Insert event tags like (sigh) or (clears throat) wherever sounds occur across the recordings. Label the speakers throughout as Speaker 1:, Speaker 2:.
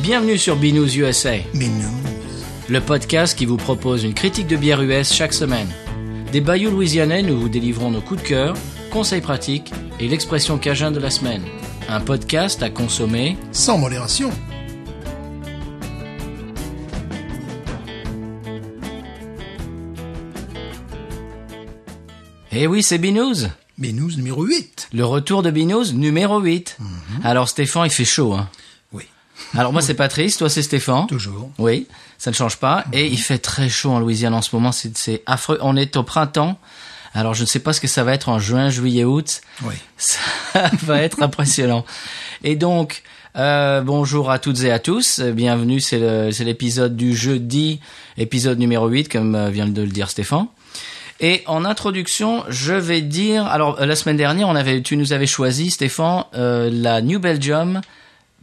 Speaker 1: Bienvenue sur Binous USA,
Speaker 2: Mais non.
Speaker 1: le podcast qui vous propose une critique de bière US chaque semaine. Des bayous louisianais, nous vous délivrons nos coups de cœur, conseils pratiques et l'expression cajun de la semaine. Un podcast à consommer.
Speaker 2: Sans modération.
Speaker 1: Eh oui, c'est Binous
Speaker 2: Binous numéro 8.
Speaker 1: Le retour de Binous numéro 8. Alors Stéphane, il fait chaud. Hein.
Speaker 2: Oui.
Speaker 1: Alors moi, c'est Patrice, toi c'est Stéphane.
Speaker 2: Toujours.
Speaker 1: Oui, ça ne change pas. Et il fait très chaud en Louisiane en ce moment, c'est c'est affreux. On est au printemps, alors je ne sais pas ce que ça va être en juin, juillet, août.
Speaker 2: Oui.
Speaker 1: Ça va être impressionnant. Et donc, euh, bonjour à toutes et à tous. Euh, Bienvenue, c'est le- c'est l'épisode du jeudi, épisode numéro 8, comme euh, vient de le dire Stéphane. Et en introduction, je vais dire... Alors, euh, la semaine dernière, on avait, tu nous avais choisi, Stéphane, euh, la New Belgium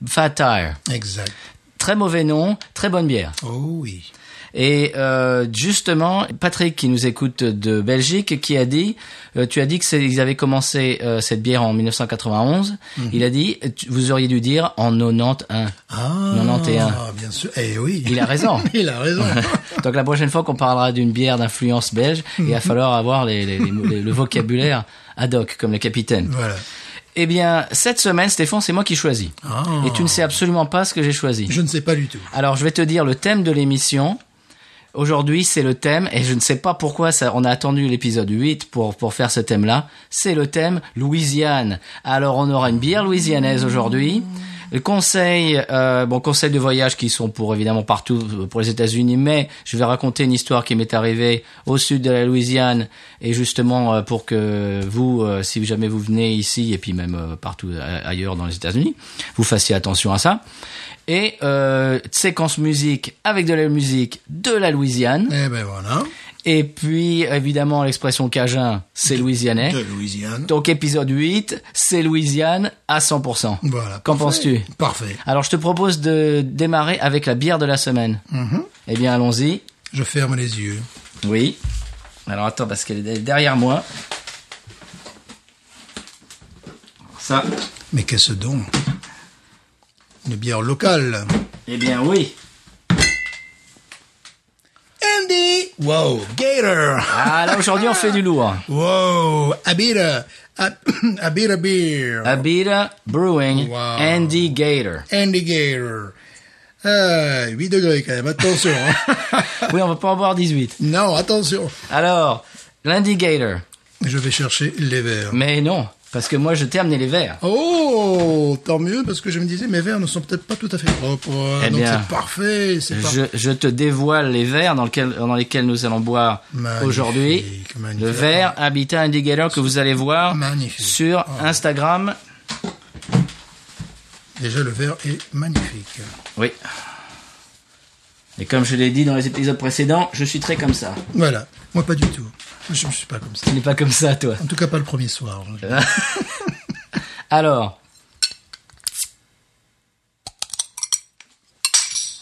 Speaker 1: Fat Tire.
Speaker 2: Exact.
Speaker 1: Très mauvais nom, très bonne bière.
Speaker 2: Oh oui.
Speaker 1: Et euh, justement, Patrick qui nous écoute de Belgique, qui a dit, euh, tu as dit que c'est- ils avaient commencé euh, cette bière en 1991.
Speaker 2: Mhm.
Speaker 1: Il a dit, tu- vous auriez dû dire en 91.
Speaker 2: Ah.
Speaker 1: 91.
Speaker 2: Bien sûr. Eh oui.
Speaker 1: Il a raison.
Speaker 2: (laughs) Il a
Speaker 1: (laughs)
Speaker 2: raison.
Speaker 1: Donc la prochaine fois qu'on parlera d'une bière d'influence belge, il
Speaker 2: Mhm.
Speaker 1: va falloir avoir les- les- les mots- les- le vocabulaire ad hoc comme le capitaine.
Speaker 2: voilà.
Speaker 1: Eh bien, cette semaine, Stéphane, c'est moi qui choisis.
Speaker 2: Ah.
Speaker 1: Et tu ne sais absolument pas ce que j'ai choisi.
Speaker 2: Je ne sais pas du tout.
Speaker 1: Alors, je vais te dire le thème de l'émission. Aujourd'hui, c'est le thème, et je ne sais pas pourquoi ça, on a attendu l'épisode 8 pour, pour faire ce thème-là. C'est le thème Louisiane. Alors, on aura une bière louisianaise aujourd'hui. Le conseil, euh, bon, conseil de voyage qui sont pour évidemment partout euh, pour les États-Unis, mais je vais raconter une histoire qui m'est arrivée au sud de la Louisiane et justement euh, pour que vous, euh, si jamais vous venez ici et puis même euh, partout a- ailleurs dans les États-Unis, vous fassiez attention à ça. Et euh, séquence musique avec de la musique de la Louisiane.
Speaker 2: Eh ben voilà.
Speaker 1: Et puis évidemment l'expression cajun, c'est louisianais.
Speaker 2: De Louisiane.
Speaker 1: Donc épisode 8, c'est Louisiane à 100%.
Speaker 2: Voilà.
Speaker 1: Qu'en
Speaker 2: Parfait.
Speaker 1: penses-tu
Speaker 2: Parfait.
Speaker 1: Alors je te propose de démarrer avec la bière de la semaine.
Speaker 2: Mm-hmm.
Speaker 1: Eh bien allons-y.
Speaker 2: Je ferme les yeux.
Speaker 1: Oui. Alors attends parce qu'elle est derrière moi. Ça.
Speaker 2: Mais qu'est-ce donc Une bière locale.
Speaker 1: Eh bien oui.
Speaker 2: Andy. Wow. Gator.
Speaker 1: Ah là aujourd'hui on fait du
Speaker 2: (laughs)
Speaker 1: lourd.
Speaker 2: Wow. Abira. (coughs) Ab- Abira beer.
Speaker 1: Abita Brewing,
Speaker 2: Wow.
Speaker 1: Andy Gator.
Speaker 2: Andy Gator. Ah, 8 degrés quand même. Attention. hein.
Speaker 1: (laughs) Oui on va pas en boire 18.
Speaker 2: non, attention.
Speaker 1: Alors l'Andy Gator.
Speaker 2: Je vais chercher les verres.
Speaker 1: Mais non parce que moi je t'ai amené les verres.
Speaker 2: Oh, tant mieux, parce que je me disais, mes verres ne sont peut-être pas tout à fait propres.
Speaker 1: Eh
Speaker 2: donc
Speaker 1: bien,
Speaker 2: c'est parfait, c'est
Speaker 1: Je,
Speaker 2: parfait.
Speaker 1: je te dévoile les verres dans, lequel- dans lesquels nous allons boire
Speaker 2: Magnifique,
Speaker 1: aujourd'hui.
Speaker 2: magnifique.
Speaker 1: Le verre Habitat Indicator que vous allez voir
Speaker 2: Magnifique.
Speaker 1: sur
Speaker 2: Oh.
Speaker 1: Instagram.
Speaker 2: Déjà, le verre est magnifique.
Speaker 1: Oui. Et comme je l'ai dit dans les épisodes précédents, je suis très comme ça.
Speaker 2: Voilà, moi pas du tout. Je ne suis pas comme ça.
Speaker 1: Tu n'es pas comme ça, toi.
Speaker 2: En tout cas, pas le premier soir.
Speaker 1: Alors,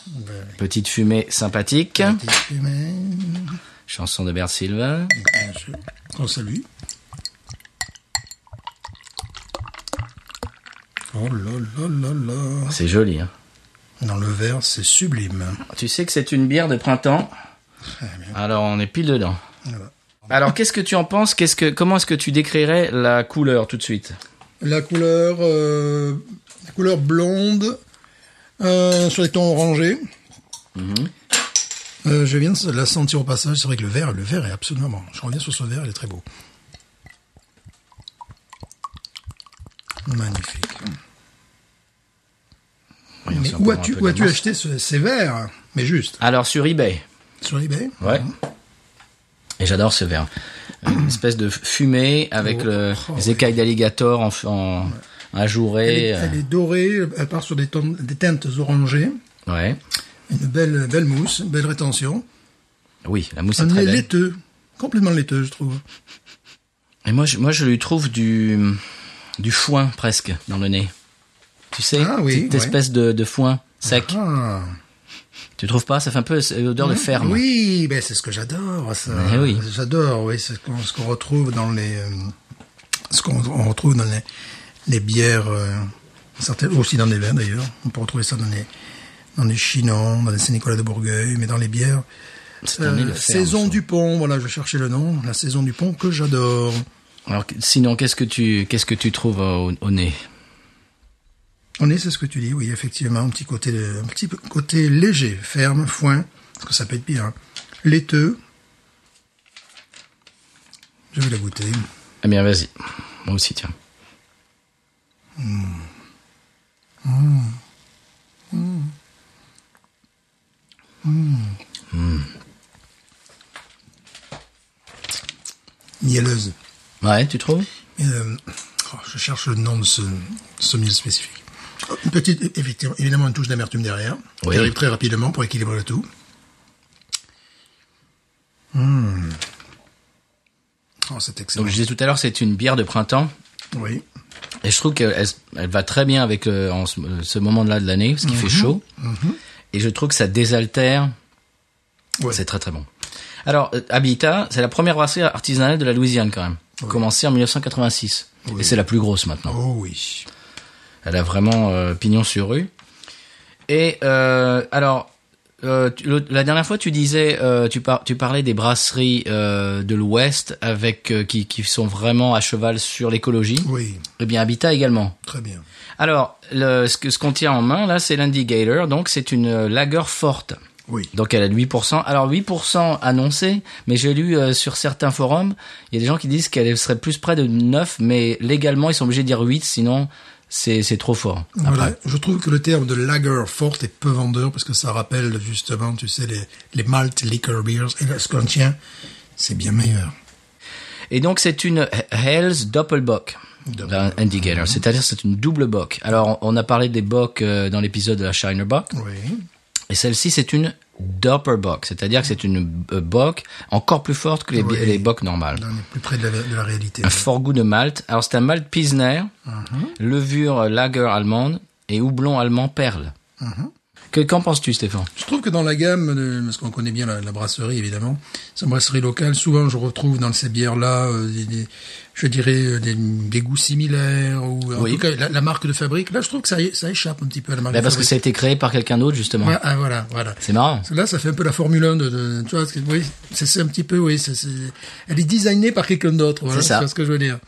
Speaker 2: Ben,
Speaker 1: petite fumée sympathique.
Speaker 2: petite fumée,
Speaker 1: Chanson de Bert Silva.
Speaker 2: bien sûr. On salue. Oh là là là là.
Speaker 1: C'est joli. Hein.
Speaker 2: Dans le verre, c'est sublime.
Speaker 1: Tu sais que c'est une bière de printemps. Alors, on est pile dedans.
Speaker 2: Voilà.
Speaker 1: Bah Alors, qu'est-ce que tu en penses Qu'est-ce que, Comment est-ce que tu décrirais la couleur tout de suite
Speaker 2: La couleur, euh, la couleur blonde euh, sur les tons orangés.
Speaker 1: Mhm.
Speaker 2: Euh, je viens de la sentir au passage. C'est vrai que le vert, le vert est absolument. Je reviens sur ce vert, il est très beau. Magnifique.
Speaker 1: Voyons
Speaker 2: Mais
Speaker 1: si on
Speaker 2: où
Speaker 1: peut avoir
Speaker 2: as-tu
Speaker 1: un peu
Speaker 2: où as-tu
Speaker 1: d'ambiance.
Speaker 2: acheté ce- ces verres Mais juste
Speaker 1: Alors, sur eBay.
Speaker 2: sur eBay.
Speaker 1: Ouais.
Speaker 2: Hein?
Speaker 1: Et j'adore ce verre.
Speaker 2: (clears throat)
Speaker 1: Une espèce de fumée avec
Speaker 2: Oh.
Speaker 1: le,
Speaker 2: Oh,
Speaker 1: les
Speaker 2: oui.
Speaker 1: écailles d'alligator en, en euh,
Speaker 2: Elle, est,
Speaker 1: ajouré.
Speaker 2: elle est dorée. Elle part sur des, tons- des teintes orangées.
Speaker 1: Ouais.
Speaker 2: Une belle belle mousse, belle rétention.
Speaker 1: Oui, la mousse est
Speaker 2: Un
Speaker 1: très
Speaker 2: nez
Speaker 1: belle.
Speaker 2: laiteux, complètement laiteux, je trouve.
Speaker 1: Et moi, je, moi, je lui trouve du, du foin presque dans le nez. Tu sais,
Speaker 2: Ah oui,
Speaker 1: cette
Speaker 2: ouais.
Speaker 1: espèce de, de foin sec.
Speaker 2: Ah.
Speaker 1: Tu trouves pas Ça fait un peu euh, odeur de ferme.
Speaker 2: Oui, ben c'est ce que j'adore. ça.
Speaker 1: Mais oui.
Speaker 2: J'adore, oui, c'est ce qu'on ce qu'on retrouve dans les, euh, ce qu'on on retrouve dans les, les bières, euh, certaines, aussi dans les vins d'ailleurs. On peut retrouver ça dans les, dans les Chinans, dans les Saint-Nicolas de Bourgueil, mais dans les bières. Euh,
Speaker 1: Cette année, le ferme,
Speaker 2: saison
Speaker 1: ça.
Speaker 2: du pont, voilà, je cherchais le nom, la saison du pont que j'adore.
Speaker 1: Alors, sinon, qu'est-ce que tu, qu'est-ce que tu trouves euh, au, au nez
Speaker 2: On est, c'est ce que tu dis, oui, effectivement, un petit côté, un petit peu- côté léger, ferme, foin, parce que ça peut être pire. hein. Laiteux. Je vais la goûter.
Speaker 1: Eh bien, vas-y. Moi aussi, tiens.
Speaker 2: Mielleuse.
Speaker 1: Ouais, tu trouves
Speaker 2: Euh, oh, je cherche le nom de ce, ce miel spécifique. Euh, Une petite, effectivement, évidemment, une touche d'amertume derrière.
Speaker 1: Oui.
Speaker 2: Qui arrive très rapidement pour équilibrer le tout. Hmm. Oh, c'est excellent.
Speaker 1: Donc, je disais tout à l'heure, c'est une bière de printemps.
Speaker 2: Oui.
Speaker 1: Et je trouve qu'elle elle- elle va très bien avec euh, en ce, euh, ce moment-là de l'année, parce qu'il fait chaud. Et je trouve que ça désaltère.
Speaker 2: Ouais.
Speaker 1: C'est très très bon. Alors, euh, Habitat, c'est la première brasserie artisanale de la Louisiane quand même. Commencée en 1986. Et c'est la plus grosse maintenant.
Speaker 2: Oh oui.
Speaker 1: Elle a vraiment euh, pignon sur rue. Et euh, alors, euh, tu- le- la dernière fois, tu disais, euh, tu, par- tu parlais des brasseries euh, de l'Ouest avec euh, qui, qui sont vraiment à cheval sur l'écologie.
Speaker 2: Oui.
Speaker 1: Eh bien, Habitat également.
Speaker 2: Très bien.
Speaker 1: Alors, le, ce que- ce qu'on tient en main là, c'est l'Indicator. Donc, c'est une euh, lagueur forte.
Speaker 2: Oui.
Speaker 1: Donc elle a de 8%. Alors 8% annoncé, mais j'ai lu euh, sur certains forums, il y a des gens qui disent qu'elle serait plus près de 9, mais légalement ils sont obligés de dire 8, sinon c'est c'est trop fort. Après.
Speaker 2: Voilà. Je trouve que le terme de lager forte est peu vendeur parce que ça rappelle justement, tu sais, les, les malt liquor beers et là, ce qu'on tient, c'est bien meilleur.
Speaker 1: Et donc c'est une Hell's Doppelbock.
Speaker 2: Doppelbock. Mhm.
Speaker 1: d'un Indicator, c'est-à-dire c'est une double bock. Alors on on a parlé des bocks euh, dans l'épisode de la Shiner Bock,
Speaker 2: Oui.
Speaker 1: et celle-ci c'est une Doppelbock, c'est-à-dire que c'est une euh, bock encore plus forte que les, bi-
Speaker 2: Oui.
Speaker 1: les bocks normales.
Speaker 2: Là, on est plus près de la, de la réalité.
Speaker 1: un fort goût de malt. Alors c'est un malt Pilsner,
Speaker 2: Mhm.
Speaker 1: levure euh, lager allemande et houblon allemand perle.
Speaker 2: Mhm.
Speaker 1: Que- Qu'en penses-tu Stéphane
Speaker 2: Je trouve que dans la gamme, de- parce qu'on connaît bien la, la brasserie évidemment, c'est une brasserie locale, souvent je retrouve dans ces bières-là, euh, des- des- je dirais, euh, des, des goûts similaires, ou en
Speaker 1: Oui.
Speaker 2: tout cas la, la marque de fabrique, là je trouve que ça, ça échappe un petit peu à la marque
Speaker 1: Bah,
Speaker 2: de
Speaker 1: Parce que ça
Speaker 2: fabrique.
Speaker 1: a été créé par quelqu'un d'autre justement.
Speaker 2: Voilà, ah, voilà, voilà.
Speaker 1: C'est marrant.
Speaker 2: Là, ça fait un peu la Formule 1 de, de- tu vois, c'est- oui, c'est c'est un petit peu, oui, c'est- c'est- elle est designée par quelqu'un d'autre, voilà,
Speaker 1: C'est ça.
Speaker 2: ce que je veux dire.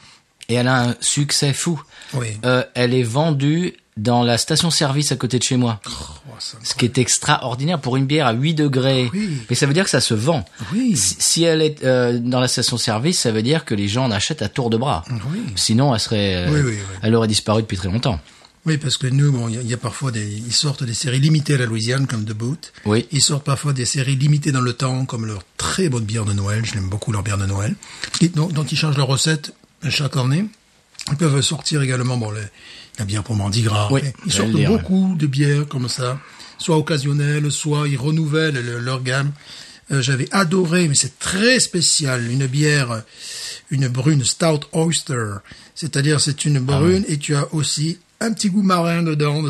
Speaker 1: Et elle a un succès fou.
Speaker 2: Oui.
Speaker 1: Euh, elle est vendue dans la station-service à côté de chez moi.
Speaker 2: Oh, ça me-
Speaker 1: Ce qui est extraordinaire pour une bière à 8 degrés.
Speaker 2: Ah Oui. Ah
Speaker 1: Mais ça veut dire que ça se vend.
Speaker 2: Oui.
Speaker 1: Si, si elle est euh, dans la station-service, ça veut dire que les gens en achètent à tour de bras.
Speaker 2: Ah Oui.
Speaker 1: Sinon, elle serait, euh,
Speaker 2: Oui, oui, oui.
Speaker 1: elle aurait disparu depuis très longtemps.
Speaker 2: Oui, parce que nous, bon, il y, a- il y a parfois des, ils sortent des séries limitées à la Louisiane, comme The Boot.
Speaker 1: Oui.
Speaker 2: Ils sortent parfois des séries limitées dans le temps, comme leur très bonne bière de Noël. Je l'aime beaucoup leur bière de Noël, qui- dont, dont ils changent leur recette chaque année. Ils peuvent sortir également, bon, les- la bière pour Mandigras.
Speaker 1: Oui,
Speaker 2: ils
Speaker 1: j'allais
Speaker 2: sortent
Speaker 1: le dire,
Speaker 2: beaucoup de bières comme ça, soit occasionnelles, soit ils renouvellent le- leur gamme. Euh, J'avais adoré, mais c'est très spécial, une bière, une brune Stout Oyster. C'est-à-dire, c'est une
Speaker 1: Ah
Speaker 2: brune et tu as aussi un petit goût marin dedans.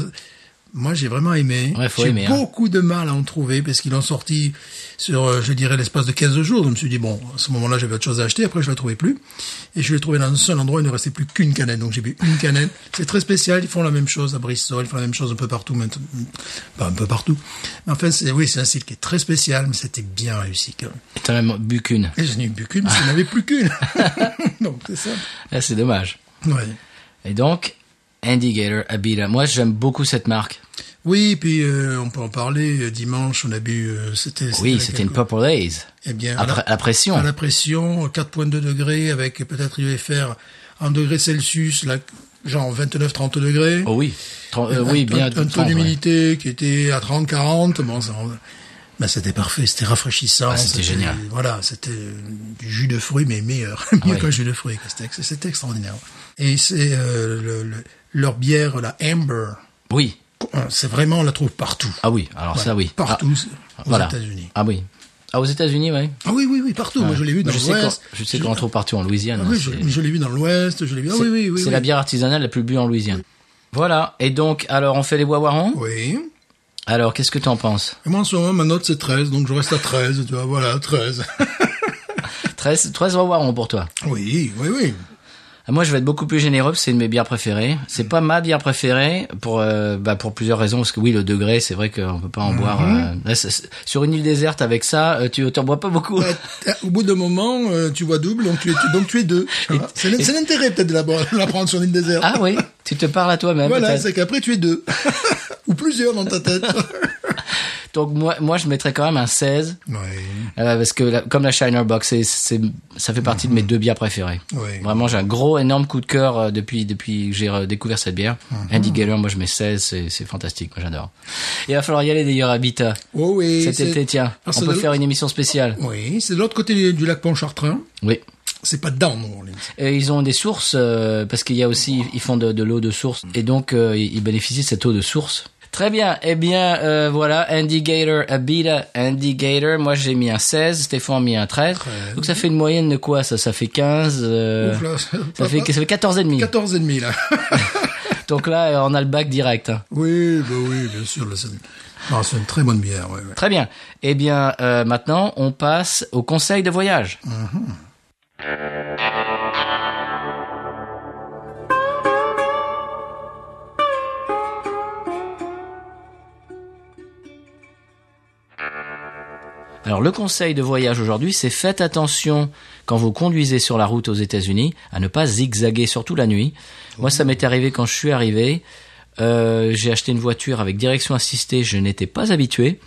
Speaker 2: Moi, j'ai vraiment aimé.
Speaker 1: Ouais, faut
Speaker 2: J'ai
Speaker 1: aimer, hein.
Speaker 2: beaucoup de mal à en trouver parce qu'ils l'ont sorti sur, euh, je dirais, l'espace de 15 jours. Je me suis dit, bon, à ce moment-là, j'avais autre chose à acheter. Après, je ne la trouvais plus. Et je l'ai trouvé dans un seul endroit. Il ne restait plus qu'une canette. Donc, j'ai bu une canette. C'est très spécial. Ils font la même chose à Bristol. Ils font la même chose un peu partout maintenant. Pas un peu partout. Mais enfin, c'est, oui, c'est un style qui est très spécial, mais c'était bien réussi quand même.
Speaker 1: Et t'en as même bu qu'une.
Speaker 2: Et je n'ai bu qu'une parce qu'il n'y en avait
Speaker 1: (laughs)
Speaker 2: plus qu'une. donc, c'est ça.
Speaker 1: Ah, c'est dommage.
Speaker 2: Ouais.
Speaker 1: Et donc, Indicator Abila. Moi, j'aime beaucoup cette marque.
Speaker 2: Oui, puis euh, on peut en parler. Euh, Dimanche, on a bu. euh, c'était.
Speaker 1: Oui,
Speaker 2: la
Speaker 1: c'était
Speaker 2: quelque-
Speaker 1: une Purple Haze.
Speaker 2: Eh bien, à la-
Speaker 1: Après, la pression.
Speaker 2: à la pression, 4,2 degrés avec peut-être UFR en degrés Celsius, là, genre 29-30 degrés.
Speaker 1: Oh oui. Tren- euh, oui,
Speaker 2: un,
Speaker 1: bien.
Speaker 2: un- un taux
Speaker 1: trente, ouais.
Speaker 2: d'humidité qui était à 30-40. Bon, ça, on- ben, c'était parfait, c'était rafraîchissant.
Speaker 1: Ah, c'était génial.
Speaker 2: Voilà, c'était euh, du jus de fruits, mais meilleur. (laughs) Mieux
Speaker 1: Ah, oui.
Speaker 2: qu'un jus de fruits. quoi. C'était ex- C'était extraordinaire. Et c'est euh, le- le- leur bière, la Amber. euh,
Speaker 1: Oui.
Speaker 2: C'est vraiment, on la trouve partout.
Speaker 1: Ah oui. Alors ça, oui.
Speaker 2: Partout,
Speaker 1: Ah,
Speaker 2: aux États-Unis.
Speaker 1: Ah oui. Ah, aux États-Unis, oui.
Speaker 2: Ah oui, oui, oui, partout. Moi, je l'ai vu dans
Speaker 1: je sais
Speaker 2: l'Ouest.
Speaker 1: qu'on- je sais qu'on en trouve partout en Louisiane.
Speaker 2: Ah
Speaker 1: hein,
Speaker 2: oui,
Speaker 1: c'est-
Speaker 2: je, je l'ai vu dans l'Ouest. Je l'ai vu. Ah
Speaker 1: c'est-
Speaker 2: oui, oui, oui.
Speaker 1: c'est
Speaker 2: oui.
Speaker 1: la bière artisanale la plus bue en Louisiane. Voilà. Et donc, alors, on fait les bois warons
Speaker 2: Oui.
Speaker 1: Alors, qu'est-ce que t'en penses
Speaker 2: Et moi, en ce moment, ma note, c'est 13, donc je reste à 13, tu vois, (laughs) voilà, 13.
Speaker 1: 13, 13 bois warons pour toi. Ah,
Speaker 2: oui, oui, oui.
Speaker 1: Moi, je vais être beaucoup plus généreux. parce que C'est une de mes bières préférées. C'est pas ma bière préférée pour euh, bah, pour plusieurs raisons. Parce que oui, le degré, c'est vrai qu'on peut pas en boire.
Speaker 2: Mhm.
Speaker 1: euh, là, c'est- c'est- sur une île déserte avec ça, euh, tu t'en bois pas beaucoup.
Speaker 2: Ouais, t'as- au bout d'un moment, euh, tu vois double, donc tu es, tu- donc tu es deux. tu vois. C'est l'in- c'est l'intérêt peut-être de la, boire- de la prendre sur une désert.
Speaker 1: Ah oui, tu te parles à toi-même.
Speaker 2: voilà,
Speaker 1: peut-être.
Speaker 2: c'est qu'après tu es deux. (laughs) Ou plusieurs dans
Speaker 1: (laughs)
Speaker 2: ta tête.
Speaker 1: Donc moi, moi, je mettrais quand même un 16
Speaker 2: ouais,
Speaker 1: euh, parce que la- comme la Shiner Box, c'est c'est ça fait partie de mes deux bières préférées.
Speaker 2: ouais.
Speaker 1: Vraiment, j'ai un gros, énorme coup de cœur euh, depuis depuis que j'ai euh, découvert cette bière.
Speaker 2: Mhm.
Speaker 1: Andy Geller, moi, je mets 16, c'est c'est fantastique, moi j'adore. Il va falloir y aller d'ailleurs à Vita.
Speaker 2: Oh oui.
Speaker 1: Cet
Speaker 2: c'est-
Speaker 1: été, tiens,
Speaker 2: Alors,
Speaker 1: on
Speaker 2: c'est
Speaker 1: peut
Speaker 2: de-
Speaker 1: faire une émission spéciale.
Speaker 2: Oui, c'est de l'autre côté du- du lac Pontchartrain.
Speaker 1: Oui.
Speaker 2: C'est pas dedans, New Orleans.
Speaker 1: Et ils ont des sources euh, parce qu'il y a aussi ils font de, de l'eau de source et donc euh, ils ils bénéficient de cette eau de source. Très bien. Eh bien euh, voilà, Andy Gator, Abida, Andy Gator. Moi j'ai mis un 16, Stéphane a mis un 13.
Speaker 2: Treize.
Speaker 1: Donc ça fait une moyenne de quoi ça Ça fait 15 euh,
Speaker 2: Ouf, là,
Speaker 1: ça fait ça fait 14 et demi.
Speaker 2: 14 et demi là.
Speaker 1: Donc là euh, on a le bac direct. hein.
Speaker 2: oui, bah oui, bien sûr. là, c'est une- non, c'est une très bonne bière. Ouais, ouais.
Speaker 1: Très bien. Eh bien euh, maintenant on passe au conseil de voyage. Alors le conseil de voyage aujourd'hui, c'est faites attention quand vous conduisez sur la route aux États-Unis à ne pas zigzaguer, surtout la nuit. Moi, ça m'est arrivé quand je suis arrivé. Euh, j'ai acheté une voiture avec direction assistée, je n'étais pas habitué.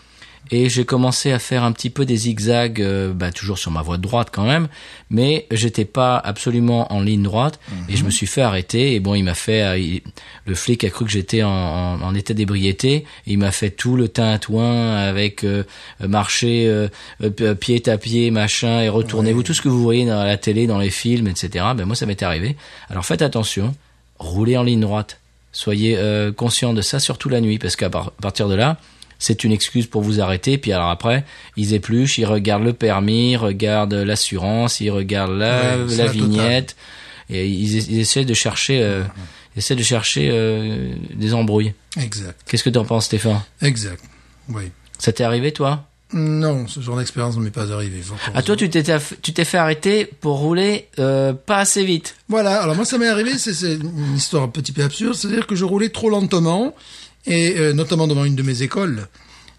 Speaker 1: Et j'ai commencé à faire un petit peu des zigzags, euh, bah, toujours sur ma voie de droite quand même, mais j'étais pas absolument en ligne droite et je me suis fait arrêter. Et bon, il m'a fait, euh, il- le flic a cru que j'étais en, en- en état d'ébriété. Et il m'a fait tout le tintouin avec euh, marcher euh, euh, p- euh, pied à pied, machin, et retournez-vous, tout ce que vous voyez dans la télé, dans les films, etc. Ben moi, ça m'est arrivé. Alors faites attention, roulez en ligne droite. Soyez euh, conscient de ça, surtout la nuit, parce qu'à par- partir de là, c'est une excuse pour vous arrêter. Puis alors après, ils épluchent, ils regardent le permis, ils regardent l'assurance, ils regardent la,
Speaker 2: Ouais, c'est
Speaker 1: la
Speaker 2: la totale.
Speaker 1: vignette. Et ils, ils essaient de chercher, euh, ils essaient de chercher euh, des embrouilles.
Speaker 2: Exact,
Speaker 1: Qu'est-ce que t'en penses, Stéphane
Speaker 2: exact. Oui.
Speaker 1: Ça t'est arrivé, toi
Speaker 2: Non, ce genre d'expérience ne m'est pas arrivé. fort
Speaker 1: À Ah, toi, tu t'es tu t'es fait arrêter pour rouler euh, pas assez vite.
Speaker 2: Voilà, alors moi ça m'est arrivé, c'est c'est une histoire un petit peu absurde, c'est-à-dire que je roulais trop lentement, et euh, notamment devant une de mes écoles,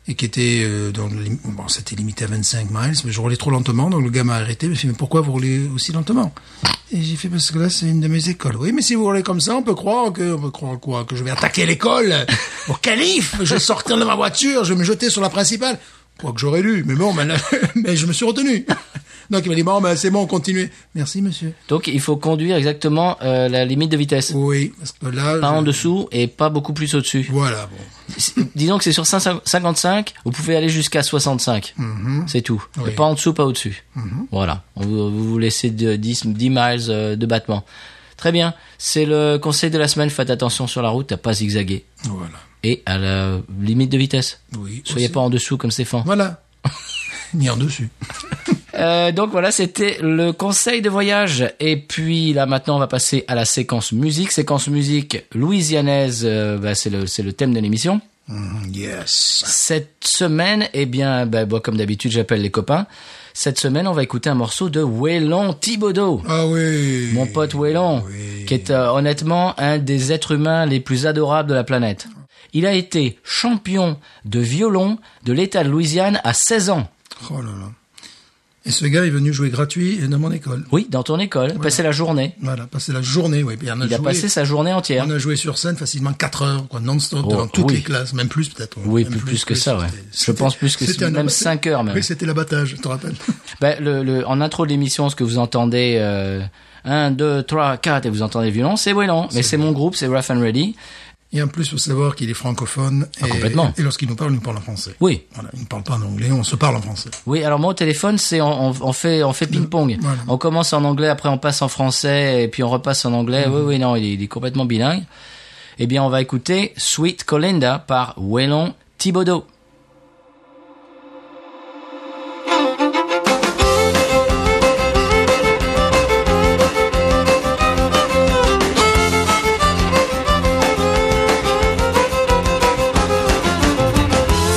Speaker 2: et qui était euh, dans le lim- bon, c'était limité à 25 miles, mais je roulais trop lentement, donc le gars m'a arrêté, il m'a fait mais pourquoi vous roulez aussi lentement Et j'ai fait parce que là c'est une de mes écoles. Oui, mais si vous roulez comme ça, on peut croire que on peut croire quoi Que je vais attaquer l'école au calife Je vais sortir de ma voiture, je vais me jeter sur la principale. Quoi que j'aurais lu, mais bon, ben là, (laughs) mais je me suis retenu. Donc il m'a dit bon, ben c'est bon, continuez. Merci monsieur.
Speaker 1: Donc, il faut conduire exactement euh, la limite de vitesse.
Speaker 2: Oui, parce que là.
Speaker 1: Pas
Speaker 2: je-
Speaker 1: en dessous et pas beaucoup plus au-dessus.
Speaker 2: Voilà, bon.
Speaker 1: Si- Disons que c'est sur 5- 55, vous pouvez aller jusqu'à 65. C'est tout.
Speaker 2: Mhm. Oui. Mhm.
Speaker 1: Et pas en dessous, pas au-dessus. Voilà. On vous, vous vous laissez de 10, 10 miles euh, de battement. Très bien. C'est le conseil de la semaine. Faites attention sur la route à pas zigzaguer.
Speaker 2: Voilà.
Speaker 1: Et à la limite de vitesse.
Speaker 2: Oui.
Speaker 1: Soyez
Speaker 2: aussi.
Speaker 1: pas en dessous comme Stéphane.
Speaker 2: Voilà. (laughs) Ni en dessus.
Speaker 1: Euh, donc voilà, c'était le conseil de voyage. Et puis là maintenant, on va passer à la séquence musique. Séquence musique louisianaise, euh, bah, c'est le, c'est le thème de l'émission.
Speaker 2: Mhm, Yes.
Speaker 1: Cette semaine, eh bien, bah, bah, comme d'habitude, j'appelle les copains. Cette semaine, on va écouter un morceau de Waylon Thibodeau.
Speaker 2: Ah oui.
Speaker 1: Mon pote Waylon,
Speaker 2: Oui.
Speaker 1: qui est euh, honnêtement un des êtres humains les plus adorables de la planète. Il a été champion de violon de l'État de Louisiane à 16 ans.
Speaker 2: Oh là là. Et ce gars est venu jouer gratuit dans mon école.
Speaker 1: Oui, dans ton école, passer la journée.
Speaker 2: Voilà, passer la journée. Oui. Puis on a
Speaker 1: Il a
Speaker 2: joué-
Speaker 1: passé sa journée entière.
Speaker 2: On a joué sur scène facilement 4 heures, quoi, non-stop,
Speaker 1: Oh,
Speaker 2: devant toutes
Speaker 1: oui.
Speaker 2: les classes, même plus peut-être. hein.
Speaker 1: Oui,
Speaker 2: Même
Speaker 1: plus- plus que ça, ouais.
Speaker 2: c'était-
Speaker 1: Je
Speaker 2: c'était-
Speaker 1: pense plus que
Speaker 2: c'était un
Speaker 1: même
Speaker 2: abattage.
Speaker 1: cinq heures, même.
Speaker 2: Oui, c'était l'abattage, je te rappelle.
Speaker 1: Ben, le, le- en intro de l'émission, ce que vous entendez, euh, 1, 2, 3, 4, et vous entendez le violon, c'est Waylon. Mais c'est mon groupe, c'est Rough and Ready.
Speaker 2: Et en plus, faut savoir qu'il est francophone. Et,
Speaker 1: Ah, complètement.
Speaker 2: Et lorsqu'il nous parle, il nous parle en français.
Speaker 1: Oui.
Speaker 2: Voilà, il ne parle pas en anglais, on se parle en français.
Speaker 1: Oui, alors moi au téléphone, c'est on, on- on fait on fait ping-pong.
Speaker 2: Voilà.
Speaker 1: On commence en anglais, après on passe en français, et puis on repasse en anglais. Oui, oui, non, il est, il est complètement bilingue. Eh bien, on va écouter Sweet Colinda par Waylon Thibodeau.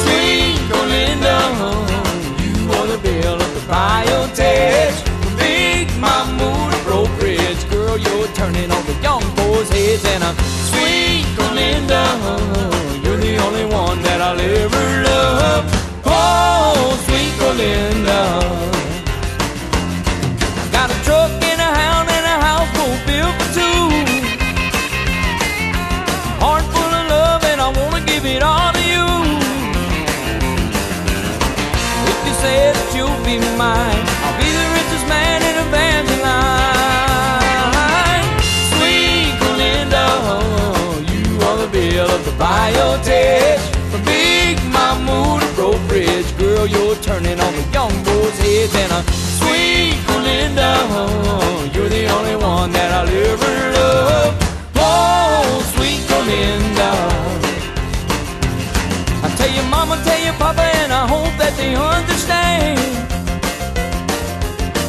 Speaker 3: Sweet Olinda, you are the belle of the biotech. Big Mahmood brokerage, girl, you're turning Oh, dream of mine. I'll be the richest man in Evangeline. Sweet Glinda, you are the bill of the biotech. From Big Mahmood to Bro Bridge, girl, you're turning on the young boys' heads. And a sweet Glinda, you're the only one that I'll ever love. Oh, sweet Glinda. I tell your mama, tell your papa, and I hope that they understand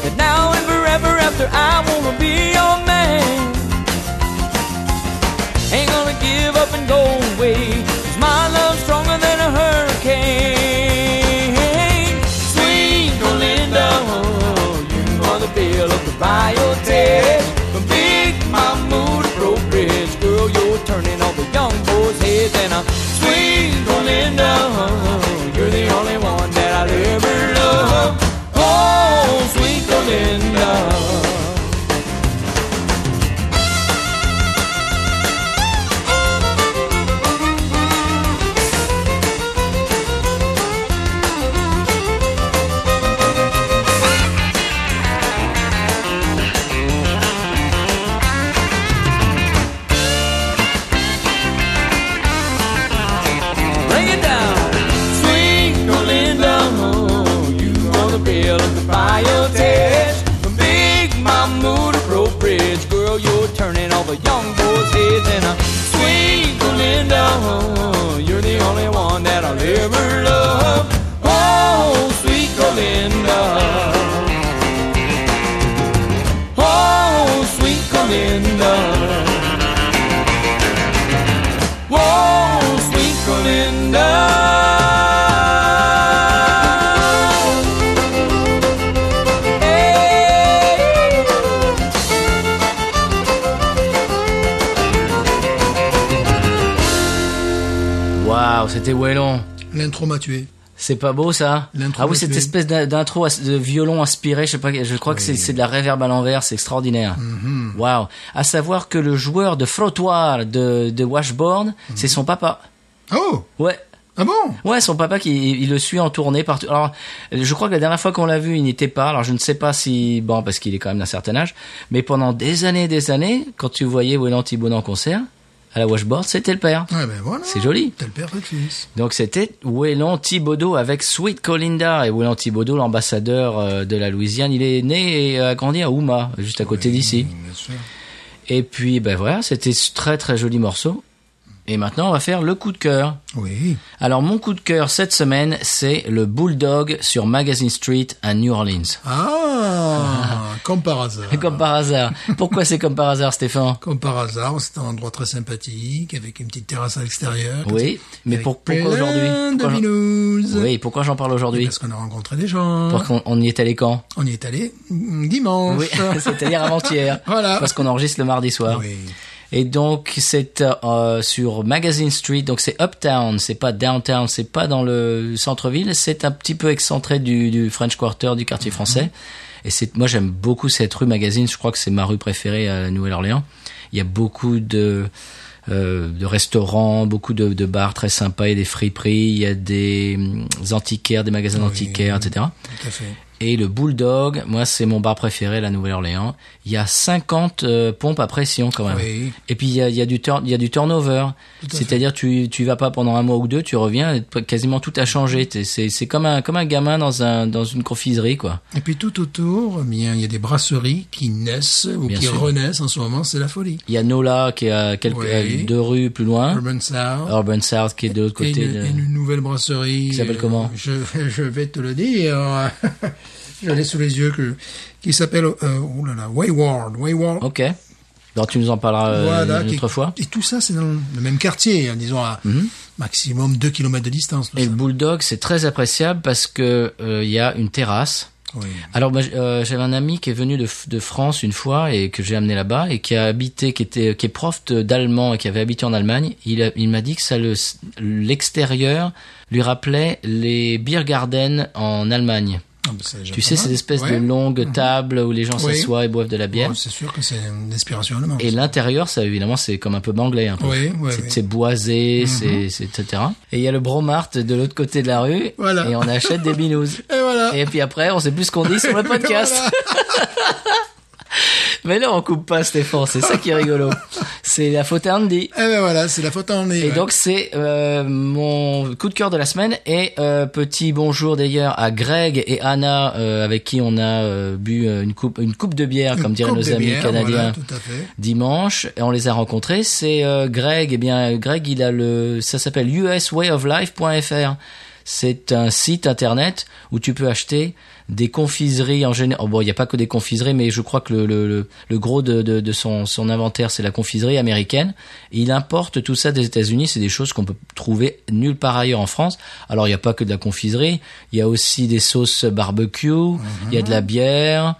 Speaker 3: that now and forever after I wanna be your man. Ain't gonna give up and go away, 'cause my love's stronger than a hurricane. Sweet Belinda, you are the bill of the biotech. From Big Mahmood to Bro Bridge, girl, you're turning all the young boys' heads. And I'm sweet Belinda, you're the only one that I'll ever love. Oh, sweet Belinda. Bring it down. Sweet Belinda, you are the bill of the biotech. From Big Mahmood to Bro Bridge, girl, you're turning all the young boys' heads. And I'm sweet Belinda, you're the only one that I'll ever love. Oh, sweet Belinda. Oh, sweet Belinda. Whoa, sweet Belinda. Hey.
Speaker 1: Waouh, c'était Wellon.
Speaker 2: L'intro m'a tué.
Speaker 1: C'est pas beau ça
Speaker 2: L'intro
Speaker 1: Ah oui,
Speaker 2: est
Speaker 1: cette
Speaker 2: tuée.
Speaker 1: espèce d'in- d'intro as- de violon inspiré, je sais pas, je crois que c'est c'est de la réverb à l'envers, c'est extraordinaire.
Speaker 2: Mm-hmm.
Speaker 1: Waouh À savoir que le joueur de frottoir de, de Washbourne,
Speaker 2: Mm-hmm.
Speaker 1: c'est son papa.
Speaker 2: Oh
Speaker 1: Ouais.
Speaker 2: Ah bon
Speaker 1: Ouais, son papa qui il le suit en tournée partout. Alors, je crois que la dernière fois qu'on l'a vu, il n'était pas. Alors, je ne sais pas si bon parce qu'il est quand même d'un certain âge, mais pendant des années, et des années, quand tu voyais Wayland Thibault en concert à la Washboard, c'était le père.
Speaker 2: Ah ben voilà.
Speaker 1: C'est joli.
Speaker 2: T'as le père, t'as le fils.
Speaker 1: Donc c'était Wayland Thibaudot avec Sweet Colinda. Et Wayland Thibaudot, l'ambassadeur euh, de la Louisiane, il est né et euh, a grandi à Houma, juste à côté d'ici.
Speaker 2: Bien sûr.
Speaker 1: Et puis, ben voilà, c'était ce très très joli morceau. Et maintenant, on va faire le coup de cœur.
Speaker 2: Oui.
Speaker 1: Alors, mon coup de cœur cette semaine, c'est le Bulldog sur Magazine Street à New Orleans. (laughs)
Speaker 2: Ah, Comme par hasard.
Speaker 1: Comme par hasard. Pourquoi c'est comme par hasard, Stéphane
Speaker 2: Comme par hasard, c'est un endroit très sympathique, avec une petite terrasse à l'extérieur.
Speaker 1: Oui, mais
Speaker 2: Avec
Speaker 1: pour, pourquoi
Speaker 2: plein
Speaker 1: aujourd'hui
Speaker 2: de
Speaker 1: Pourquoi j'en-
Speaker 2: binouses.
Speaker 1: Oui, pourquoi j'en parle aujourd'hui
Speaker 2: Parce qu'on a rencontré des gens.
Speaker 1: Parce qu'on on y est allé quand
Speaker 2: On y est allé mm, dimanche.
Speaker 1: Oui, (laughs) c'est-à-dire avant-hier.
Speaker 2: (laughs) Voilà.
Speaker 1: Parce qu'on enregistre le mardi soir.
Speaker 2: Ah. Oui.
Speaker 1: Et donc c'est euh, sur Magazine Street, donc c'est uptown, c'est pas downtown, c'est pas dans le centre-ville, c'est un petit peu excentré du, du French Quarter, du quartier français. Et c'est moi j'aime beaucoup cette rue Magazine, je crois que c'est ma rue préférée à Nouvelle-Orléans. Il y a beaucoup de euh, de restaurants, beaucoup de, de bars très sympas, il y a des friperies, il y a des hum, antiquaires, des magasins d'antiquaires, etc.
Speaker 2: Tout à fait.
Speaker 1: Et le Bulldog, moi c'est mon bar préféré, la Nouvelle-Orléans. Il y a 50 euh, pompes à pression quand même.
Speaker 2: Oui.
Speaker 1: Et puis il y a, il y a du turn- il y a du turnover. C'est-à-dire tu tu y vas pas pendant un mois ou deux, tu reviens, et p- quasiment tout a changé. T'es- C'est c'est comme un comme un gamin dans un dans une confiserie quoi.
Speaker 2: Et puis tout autour, eh bien, il y a des brasseries qui naissent ou
Speaker 1: Bien
Speaker 2: qui
Speaker 1: sûr.
Speaker 2: renaissent en ce moment, c'est la folie.
Speaker 1: Il y a Nola qui est à quelques
Speaker 2: Oui.
Speaker 1: à deux rues plus loin,
Speaker 2: Urban South.
Speaker 1: Urban South qui est de l'autre
Speaker 2: et
Speaker 1: Hein côté.
Speaker 2: une,
Speaker 1: de-
Speaker 2: et une nouvelle brasserie.
Speaker 1: Qui s'appelle
Speaker 2: euh,
Speaker 1: comment
Speaker 2: je, je (laughs) vais te le dire. (laughs) je l'ai sous les yeux que qui s'appelle euh, oh là là, Wayward. Wayward.
Speaker 1: Ok. Alors tu nous en parleras Oh, euh,
Speaker 2: Voilà,
Speaker 1: une
Speaker 2: qui-
Speaker 1: autre fois. Mhm.
Speaker 2: Et tout ça, c'est dans le même quartier, hein, disons à maximum 2 km de distance. tout
Speaker 1: Et
Speaker 2: ça.
Speaker 1: le Bulldog c'est très appréciable parce que euh, il y a une terrasse.
Speaker 2: Oui.
Speaker 1: Alors, moi, j- euh, j'avais un ami qui est venu de, F- de France une fois et que j'ai amené là-bas et qui a habité, qui était, qui est prof de- d'allemand et qui avait habité en Allemagne. Il, a- il m'a dit que ça le, l'extérieur lui rappelait les beer gardens en Allemagne.
Speaker 2: Ah, ben, c'est déjà
Speaker 1: Tu
Speaker 2: pas
Speaker 1: sais,
Speaker 2: mal.
Speaker 1: ces espèces de
Speaker 2: Ouais. Mhm.
Speaker 1: longues tables où les gens
Speaker 2: Oui.
Speaker 1: s'assoient et boivent de la bière.
Speaker 2: Ouais, c'est sûr que c'est une inspiration allemande.
Speaker 1: Et l'intérieur, ça évidemment, c'est comme un peu anglais. Un peu.
Speaker 2: Oui, oui,
Speaker 1: c'est,
Speaker 2: oui. Mhm.
Speaker 1: c'est boisé, c'est, c'est- etc. Et il y a le Bromart de l'autre côté de la rue.
Speaker 2: Voilà.
Speaker 1: Et on achète des
Speaker 2: (laughs)
Speaker 1: binous.
Speaker 2: Et voilà.
Speaker 1: Et puis après, on sait plus ce qu'on dit sur (laughs) le podcast. Mais là, on coupe pas, Stéphane. C'est ça qui est rigolo. C'est la faute à Andy.
Speaker 2: Et ben voilà, c'est la faute à en
Speaker 1: Et donc c'est euh, mon coup de cœur de la semaine et euh, petit bonjour d'ailleurs à Greg et Anna euh, avec qui on a euh, bu euh, une coupe une coupe de bière comme diraient nos amis canadiens
Speaker 2: tout à fait.
Speaker 1: dimanche et on les a rencontrés c'est euh, Greg et bien Greg il a le ça s'appelle uswayoflife.fr c'est un site internet où tu peux acheter des confiseries en général. bon, il n'y a pas que des confiseries, mais je crois que le, le, le, le gros de, de, de son, son inventaire, c'est la confiserie américaine. Il importe tout ça des États-Unis. C'est des choses qu'on peut trouver nulle part ailleurs en France. Alors, il n'y a pas que de la confiserie. Il y a aussi des sauces barbecue. Il y a de la bière.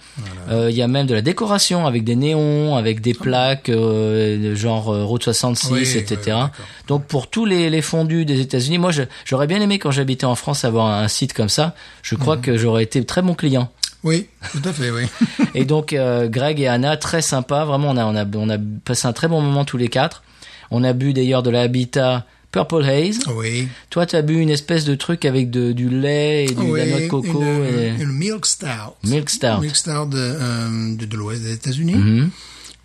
Speaker 1: Euh, Il y a même de la décoration avec des néons, avec des plaques euh, de genre euh, Route 66,
Speaker 2: Ah Oui, oui,
Speaker 1: etc.
Speaker 2: d'accord.
Speaker 1: Donc pour tous les, les fondus des États-Unis, moi je- j'aurais bien aimé quand j'habitais en France avoir un site comme ça. Je
Speaker 2: Mhm.
Speaker 1: crois que j'aurais été très bon client.
Speaker 2: Oui, tout
Speaker 1: (laughs)
Speaker 2: à fait, oui.
Speaker 1: Et donc euh, Greg et Anna, très sympa, vraiment on a, on, a, on a passé un très bon moment tous les quatre. On a bu d'ailleurs de la Habitat Purple Haze.
Speaker 2: Oui.
Speaker 1: Toi tu as bu une espèce de truc avec de, du lait et du, de la
Speaker 2: Oui,
Speaker 1: noix de coco.
Speaker 2: Une, euh,
Speaker 1: et...
Speaker 2: une milk stout.
Speaker 1: Milk stout.
Speaker 2: Milk stout de, euh, de, de l'ouest des États-Unis.
Speaker 1: Mhm.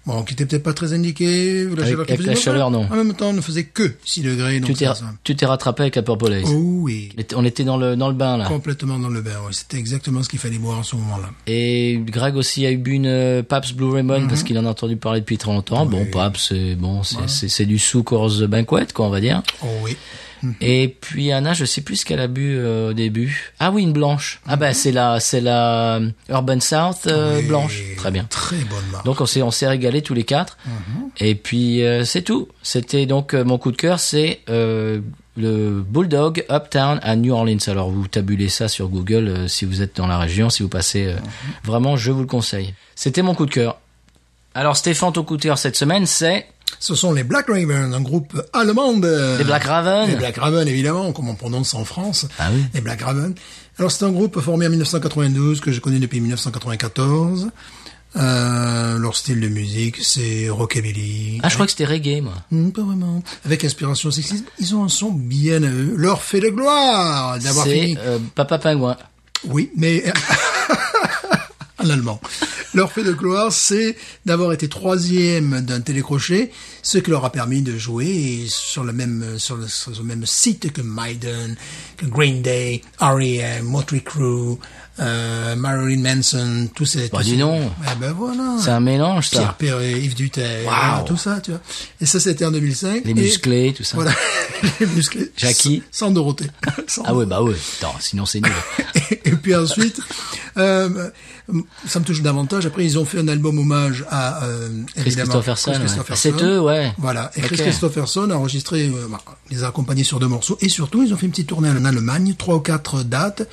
Speaker 2: Bon, qui était peut-être pas très indiqué. La
Speaker 1: Avec-
Speaker 2: chaleur qui
Speaker 1: avec
Speaker 2: faisait-
Speaker 1: la chaleur, non.
Speaker 2: En même temps, on ne faisait que 6 degrés. Donc
Speaker 1: Tu t'es
Speaker 2: ça,
Speaker 1: ra-
Speaker 2: ça-
Speaker 1: tu t'es rattrapé avec la Purple Haze.
Speaker 2: Oh oui.
Speaker 1: On était- On était dans le, dans le bain là.
Speaker 2: Complètement dans le beurre, oui. C'était exactement ce qu'il fallait boire en ce moment-là.
Speaker 1: Et Greg aussi a bu une euh, Pabst Blue Ribbon
Speaker 2: Mhm.
Speaker 1: parce qu'il en a entendu parler depuis très longtemps. Bon, Pabst, c'est bon, c'est c'est- c'est du souk hors the banquet, quoi, on va dire.
Speaker 2: Oh oui.
Speaker 1: Et puis Anna, je sais plus ce qu'elle a bu euh, au début. Ah oui, une blanche. Ah ben c'est la c'est la euh, Urban South euh,
Speaker 2: Et
Speaker 1: blanche. Très bien.
Speaker 2: Très bonne marque.
Speaker 1: Donc on s'est on s'est régalé tous les quatre. Et puis euh, c'est tout. C'était donc euh, mon coup de cœur, c'est euh, le Bulldog Uptown à New Orleans. Alors vous tabulez ça sur Google euh, si vous êtes dans la région, si vous passez. euh, Vraiment, je vous le conseille. C'était mon coup de cœur. Alors Stéphane, ton coup de cœur cette semaine, c'est
Speaker 2: Ce sont les Black Raven, un groupe allemand. de-
Speaker 1: les Black Raven.
Speaker 2: Les Black Raven, évidemment, comme on prononce en France.
Speaker 1: Ah oui.
Speaker 2: Les Black Raven. Alors, c'est un groupe formé en 1992 que je connais depuis 1994. Euh, leur style de musique, c'est rockabilly.
Speaker 1: Ah, je crois que c'était reggae, moi.
Speaker 2: Hmm, pas vraiment. Avec inspiration sexiste, ils ont un son bien à eux. Leur fait de gloire d'avoir
Speaker 1: C'est
Speaker 2: fini.
Speaker 1: euh, Papa Pingouin.
Speaker 2: Oui, mais euh, (laughs) en allemand. Leur fait de gloire, c'est d'avoir été troisième d'un télécrochet, ce qui leur a permis de jouer sur le même, sur le, sur le même site que Maiden, que Green Day, R.E.M., Motley Crue, euh, Marilyn Manson, tous ces...
Speaker 1: Bah,
Speaker 2: tous
Speaker 1: dis
Speaker 2: ces-
Speaker 1: donc.
Speaker 2: Eh ben voilà.
Speaker 1: C'est un mélange, ça.
Speaker 2: Pierre Perret, Yves Dutel, voilà, tout ça, tu vois. Et ça, c'était en 2005.
Speaker 1: Les
Speaker 2: Et-
Speaker 1: musclés, tout ça.
Speaker 2: Voilà, (laughs) les musclés.
Speaker 1: Jackie.
Speaker 2: Sans, sans Dorothée. Sans
Speaker 1: Ah ouais, bah ouais. Attends, sinon c'est
Speaker 2: (laughs)
Speaker 1: nul.
Speaker 2: et puis ensuite, euh, ça me touche davantage. Après, ils ont fait un album hommage à euh,
Speaker 1: Chris
Speaker 2: évidemment,
Speaker 1: Christopherson.
Speaker 2: Chris
Speaker 1: ouais.
Speaker 2: Christopherson.
Speaker 1: C'est eux, ouais.
Speaker 2: Voilà. Et Chris
Speaker 1: Ok.
Speaker 2: Christopherson a enregistré, euh, bah, les a accompagnés sur deux morceaux. Et surtout, ils ont fait une petite tournée en Allemagne, trois ou quatre dates.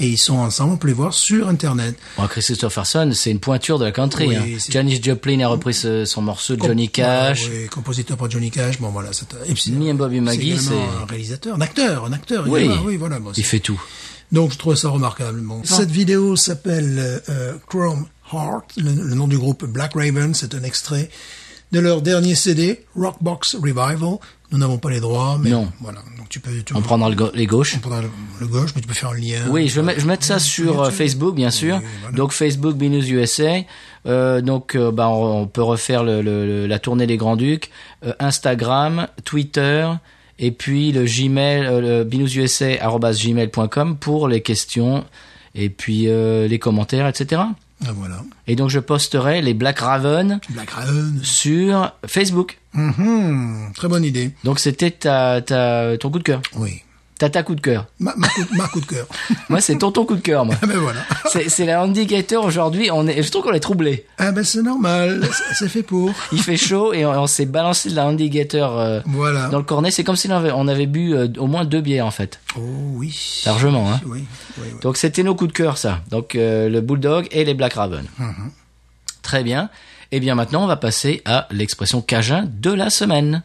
Speaker 2: Et ils sont ensemble, on peut les voir sur Internet.
Speaker 1: Bon, Chris Christopherson, c'est une pointure de la country.
Speaker 2: Oui,
Speaker 1: hein.
Speaker 2: c'est- Oh, bah
Speaker 1: Janis Joplin a repris ce- son morceau de
Speaker 2: Com-
Speaker 1: Johnny Cash.
Speaker 2: Voilà, oui, compositeur pour Johnny Cash. Bon, voilà. c'est un- et puis,
Speaker 1: Me and Bobby Maggie,
Speaker 2: également
Speaker 1: c'est-
Speaker 2: un réalisateur, un acteur, un acteur. il
Speaker 1: Oui.
Speaker 2: est là, oui, voilà. bon,
Speaker 1: Il
Speaker 2: c'est-
Speaker 1: fait tout.
Speaker 2: Donc je trouve ça remarquable. Bon. Cette vidéo s'appelle euh, euh, Chrome Heart, le, le nom du groupe Black Raven, c'est un extrait de leur dernier CD, Rockbox Revival. Nous n'avons pas les droits, mais
Speaker 1: Non.
Speaker 2: voilà. Donc tu peux, tu
Speaker 1: On
Speaker 2: peux-
Speaker 1: prendra le go- les gauches.
Speaker 2: on prendra le, le gauche, mais tu peux faire un lien.
Speaker 1: Oui, je vais, mettre- je vais mettre ça sur euh, Facebook, bien sûr. Donc Facebook Binous USA. Euh, donc, euh, bah, on, on peut refaire le, le- le- la tournée des Grands Ducs, Euh, Instagram, Twitter, et puis le Gmail, euh, le binoususa@gmail.com pour les questions et puis euh, les commentaires, etc.
Speaker 2: Ah, voilà.
Speaker 1: Et donc, je posterai les Black Raven
Speaker 2: Black Raven.
Speaker 1: sur Facebook.
Speaker 2: Mhm. Très bonne idée.
Speaker 1: Donc, c'était ta, ta, ton coup de cœur.
Speaker 2: Oui.
Speaker 1: T'as ta coup de cœur.
Speaker 2: Ma, ma coup, ma coup de cœur.
Speaker 1: Moi,
Speaker 2: (laughs)
Speaker 1: c'est ton ton coup de cœur, moi.
Speaker 2: Ah ben voilà.
Speaker 1: C'est c'est l'indicateur aujourd'hui. On est, je trouve qu'on est troublé.
Speaker 2: Ah ben c'est normal. C'est fait pour.
Speaker 1: Il fait chaud et on, on s'est balancé de la indicateur euh,
Speaker 2: Voilà.
Speaker 1: dans le cornet. C'est comme si on avait, on avait bu euh, au moins deux bières en fait,
Speaker 2: Oh oui.
Speaker 1: largement. Hein.
Speaker 2: Oui. oui, oui.
Speaker 1: Donc c'était nos coups de cœur ça. Donc euh, le Bulldog et les Black Raven. Très bien. Et bien maintenant on va passer à l'expression cajun de la semaine.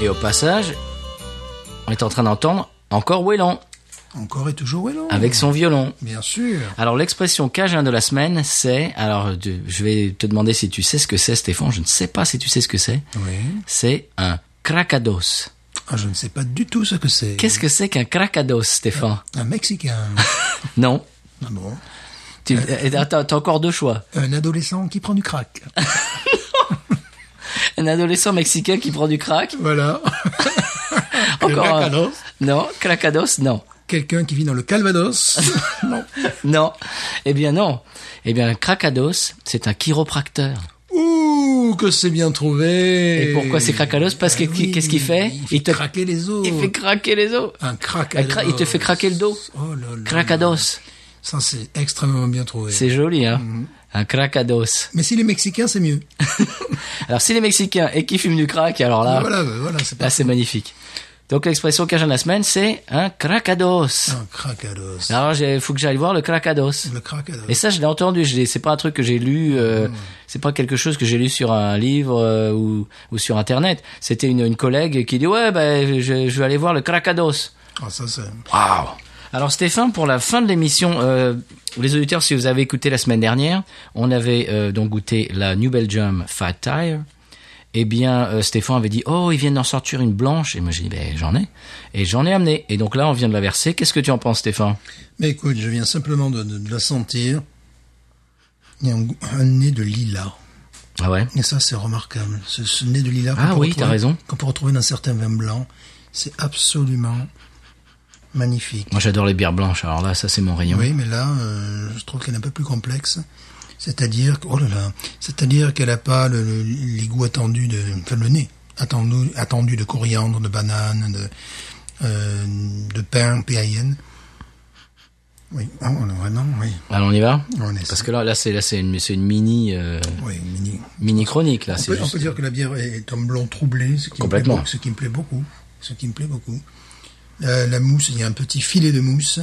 Speaker 1: Et au passage, on est en train d'entendre encore Wellon
Speaker 2: Encore et toujours Wellon.
Speaker 1: avec son violon.
Speaker 2: Bien sûr.
Speaker 1: Alors l'expression cajun de la semaine, c'est alors de- je vais te demander si tu sais ce que c'est, Stéphane. Je ne sais pas si tu sais ce que c'est.
Speaker 2: Oui.
Speaker 1: C'est un cracados.
Speaker 2: Ah, je ne sais pas du tout ce que c'est.
Speaker 1: Qu'est-ce que c'est qu'un cracados, Stéphane
Speaker 2: Un Mexicain.
Speaker 1: Non.
Speaker 2: Ah bon.
Speaker 1: Tu, eh, attends, t'as encore deux choix.
Speaker 2: Un adolescent qui prend du crack.
Speaker 1: Un adolescent mexicain qui prend du crack.
Speaker 2: Voilà. (laughs) Le
Speaker 1: Encore un.
Speaker 2: Calvados.
Speaker 1: Non, cracados, non.
Speaker 2: Quelqu'un qui vit dans le Calvados. (laughs) non.
Speaker 1: Non. Eh bien non. Eh bien, un cracados, c'est un chiropracteur.
Speaker 2: Ouh, que c'est bien trouvé.
Speaker 1: Et pourquoi c'est cracados Parce que
Speaker 2: Ah oui,
Speaker 1: qu'est-ce qu'il fait
Speaker 2: Il fait
Speaker 1: Il te-
Speaker 2: craquer les os.
Speaker 1: Il fait craquer les os.
Speaker 2: un crack.
Speaker 1: Un cra- il te fait craquer le dos.
Speaker 2: Oh là là.
Speaker 1: Cracados.
Speaker 2: Ça, c'est extrêmement bien trouvé.
Speaker 1: C'est joli, hein Un cracados.
Speaker 2: Mais si les Mexicains,
Speaker 1: (laughs)
Speaker 2: c'est mieux.
Speaker 1: Alors, si les Mexicains et qui fument du crack, alors là,
Speaker 2: Voilà, ben voilà, c'est pas
Speaker 1: là c'est magnifique. Donc, l'expression cajun de la semaine, c'est un cracados.
Speaker 2: un cracados.
Speaker 1: Alors, il faut que j'aille voir le cracados.
Speaker 2: Le cracados.
Speaker 1: Ah. Et ça, je l'ai entendu. Je l'ai- C'est pas un truc que j'ai lu. euh, C'est pas quelque chose que j'ai lu sur un livre euh, ou, ou sur Internet. C'était une, une collègue qui dit ouais, ben je, je vais aller voir le Cracados.
Speaker 2: Ah, ça, c'est...
Speaker 1: Waouh. Alors Stéphane, pour la fin de l'émission, euh, les auditeurs, si vous avez écouté la semaine dernière, on avait euh, donc goûté la New Belgium Fat Tire. Eh bien, euh, Stéphane avait dit oh ils viennent d'en sortir une blanche. Et moi j'ai dit ben j'en ai et j'en ai amené. Et donc là on vient de la verser. Qu'est-ce que tu en penses, Stéphane
Speaker 2: Mais écoute, je viens simplement de, de- de la sentir. Il y a un, goût- un nez de lilas.
Speaker 1: Ah ouais.
Speaker 2: Et ça, c'est remarquable. Ce, ce nez de lilas.
Speaker 1: Ah
Speaker 2: qu'on peut
Speaker 1: oui,
Speaker 2: retrouver-
Speaker 1: t'as raison.
Speaker 2: Qu'on peut retrouver dans certains vins blancs. C'est absolument magnifique.
Speaker 1: Moi j'adore les bières blanches. Alors là ça c'est mon rayon.
Speaker 2: Oui, mais là, euh, je trouve qu'elle est un peu plus complexe. C'est-à-dire, que- oh là là, c'est-à-dire qu'elle n'a pas le, le- les goûts attendus de, enfin le nez attendu, attendu de coriandre, de banane, de, euh, de pain, PAIN. Oui, oh, on a vraiment, oui,
Speaker 1: Alors on y va
Speaker 2: on est.
Speaker 1: Parce que là, là c'est là c'est une, c'est une mini euh,
Speaker 2: oui, mini.
Speaker 1: mini chronique là.
Speaker 2: On
Speaker 1: c'est
Speaker 2: peut, on
Speaker 1: juste-
Speaker 2: peut dire que la bière est est un blond troublé, ce qui
Speaker 1: Complètement.
Speaker 2: Me plaît, beaucoup- ce qui me plaît beaucoup. Ce qui me plaît beaucoup. La, la mousse, il y a un petit filet de mousse.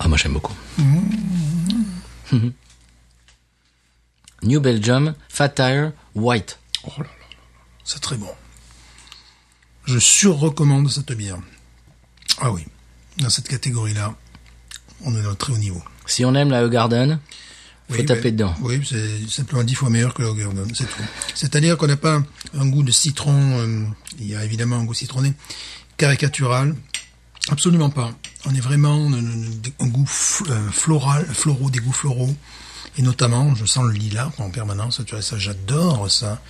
Speaker 1: Ah moi j'aime beaucoup. (laughs) New Belgium Fat Tire White.
Speaker 2: Oh là là là, c'est très bon. Je surrecommande cette bière. Ah oui, dans cette catégorie-là, on est dans le très haut niveau.
Speaker 1: Si on aime la Garden, faut
Speaker 2: Oui,
Speaker 1: taper
Speaker 2: mais-
Speaker 1: dedans.
Speaker 2: Oui, c'est simplement dix fois meilleur que le Hogerdon, c'est tout. C'est-à-dire qu'on n'a pas un goût de citron, euh, il y a évidemment un goût citronné, caricatural, absolument pas. On est vraiment dans un goût f- euh, floral, floraux, des goûts floraux. Et notamment, je sens le lilas en permanence, tu vois, ça j'adore ça.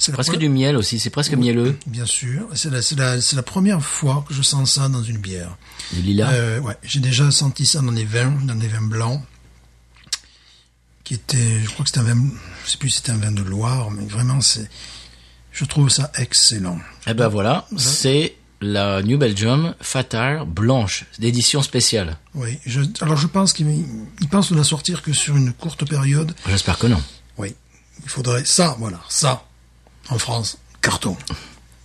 Speaker 2: C'est la
Speaker 1: Presque du
Speaker 2: première-
Speaker 1: miel aussi, c'est presque mielleux.
Speaker 2: Bien sûr, c'est la, c'est la, c'est la première fois que je sens ça dans une bière.
Speaker 1: Du lilas.
Speaker 2: Euh, ouais, j'ai déjà senti ça dans des vins, dans des vins blancs, qui étaient, je crois que c'était un vin, je sais plus si c'était un vin de Loire, mais vraiment c'est, je trouve ça excellent.
Speaker 1: Eh ben voilà, c'est la New Belgium Fat Tire blanche d'édition spéciale.
Speaker 2: Oui, je, alors je pense qu'il il pense ne la sortir que sur une courte période.
Speaker 1: J'espère que non.
Speaker 2: Oui, il faudrait ça, voilà, ça, en France, carton.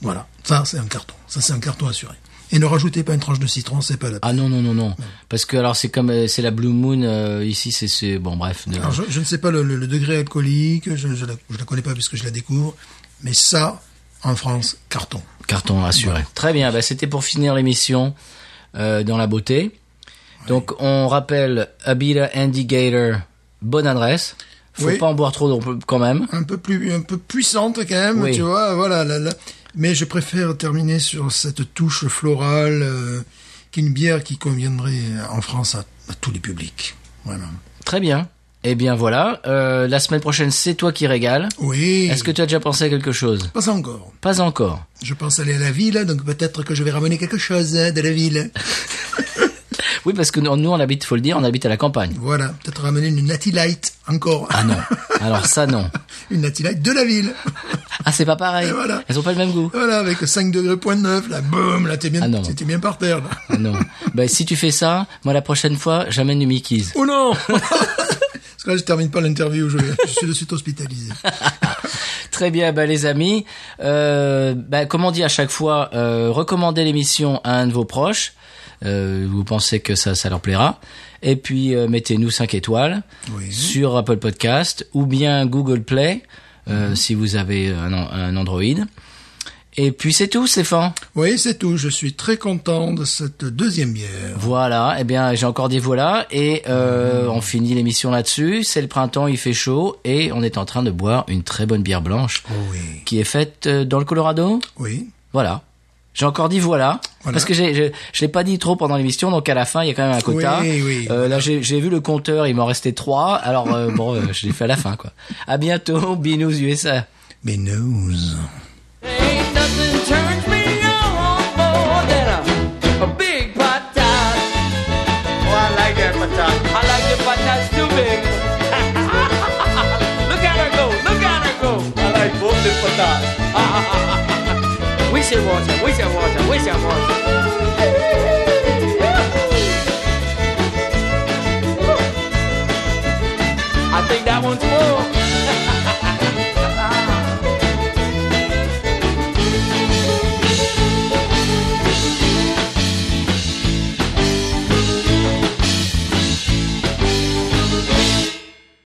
Speaker 2: Voilà, ça c'est un carton, ça c'est un carton assuré. Et ne rajoutez pas une tranche de citron, c'est pas la
Speaker 1: Ah non non non non, parce que alors c'est comme euh, c'est la Blue Moon euh, ici, c'est c'est bon bref. de-
Speaker 2: Alors, je, je ne sais pas le, le- le degré alcoolique, je ne la, je la connais pas puisque je la découvre, mais ça, en France, carton.
Speaker 1: Carton assuré. Très bien, bah, c'était pour finir l'émission euh, dans la beauté. Donc on rappelle Abira Indicator, bonne adresse. Faut
Speaker 2: Oui.
Speaker 1: pas en boire trop non plus, quand même.
Speaker 2: Un peu plus, un peu puissante quand même,
Speaker 1: Oui.
Speaker 2: tu vois, voilà. là, là. Mais je préfère terminer sur cette touche florale, euh, qui est une bière qui conviendrait en France à, à tous les publics. Vraiment.
Speaker 1: Très bien. Eh bien voilà, Euh, la semaine prochaine c'est toi qui régale.
Speaker 2: Oui.
Speaker 1: Est-ce que tu as déjà pensé à quelque chose
Speaker 2: Pas encore.
Speaker 1: Pas encore.
Speaker 2: Je pense aller à la ville, donc peut-être que je vais ramener quelque chose hein, de la ville.
Speaker 1: Oui, parce que nous, nous, on habite, faut le dire, on habite à la campagne.
Speaker 2: Voilà, peut-être ramener une Natty Light, encore.
Speaker 1: Ah non. Alors ça non.
Speaker 2: (laughs) une Natty Light de la ville.
Speaker 1: Ah c'est pas pareil.
Speaker 2: Et voilà.
Speaker 1: Elles ont pas le même goût.
Speaker 2: Voilà, avec 5 degrés point 9, là, boum, là, t'es bien,
Speaker 1: Ah non.
Speaker 2: t'es bien par terre, là.
Speaker 1: Ah Non. Bah si tu fais ça, moi la prochaine fois j'amène du Mickey's.
Speaker 2: Oh non! (laughs) Parce que là, je termine pas l'interview, je, vais- je suis de suite hospitalisé.
Speaker 1: Très bien, bah, les amis. Euh, bah, comme on dit à chaque fois, euh, recommandez l'émission à un de vos proches. Euh, vous pensez que ça, ça leur plaira. Et puis, euh, mettez-nous 5 étoiles
Speaker 2: Oui.
Speaker 1: sur Apple Podcast ou bien Google Play. euh, si vous avez un, an- un Android. Et puis c'est tout, Stéphane.
Speaker 2: Oui, c'est tout. Je suis très content de cette deuxième bière.
Speaker 1: Voilà, eh bien j'ai encore dit voilà, et euh, on finit l'émission là-dessus. C'est le printemps, il fait chaud, et on est en train de boire une très bonne bière blanche
Speaker 2: oui.
Speaker 1: qui est faite euh, dans le Colorado.
Speaker 2: Oui.
Speaker 1: Voilà. J'ai encore dit voilà,
Speaker 2: Voilà.
Speaker 1: parce que j'ai, je, je l'ai pas dit trop pendant l'émission, donc à la fin il y a quand même un quota.
Speaker 2: Oui, oui,
Speaker 1: Euh, Là j'ai, j'ai vu le compteur, il m'en restait trois, alors euh, bon, euh, je l'ai fait à la fin quoi. À bientôt, Binous USA.
Speaker 2: Mais news.
Speaker 3: Ain't nothing turns me on more than a, a big patat. Oh, I like that patat. I like the patats too big. (laughs) look at her go, look at her go. I like both the patats. (laughs) we should watch her, we should watch her, we should watch her. I think that one's full.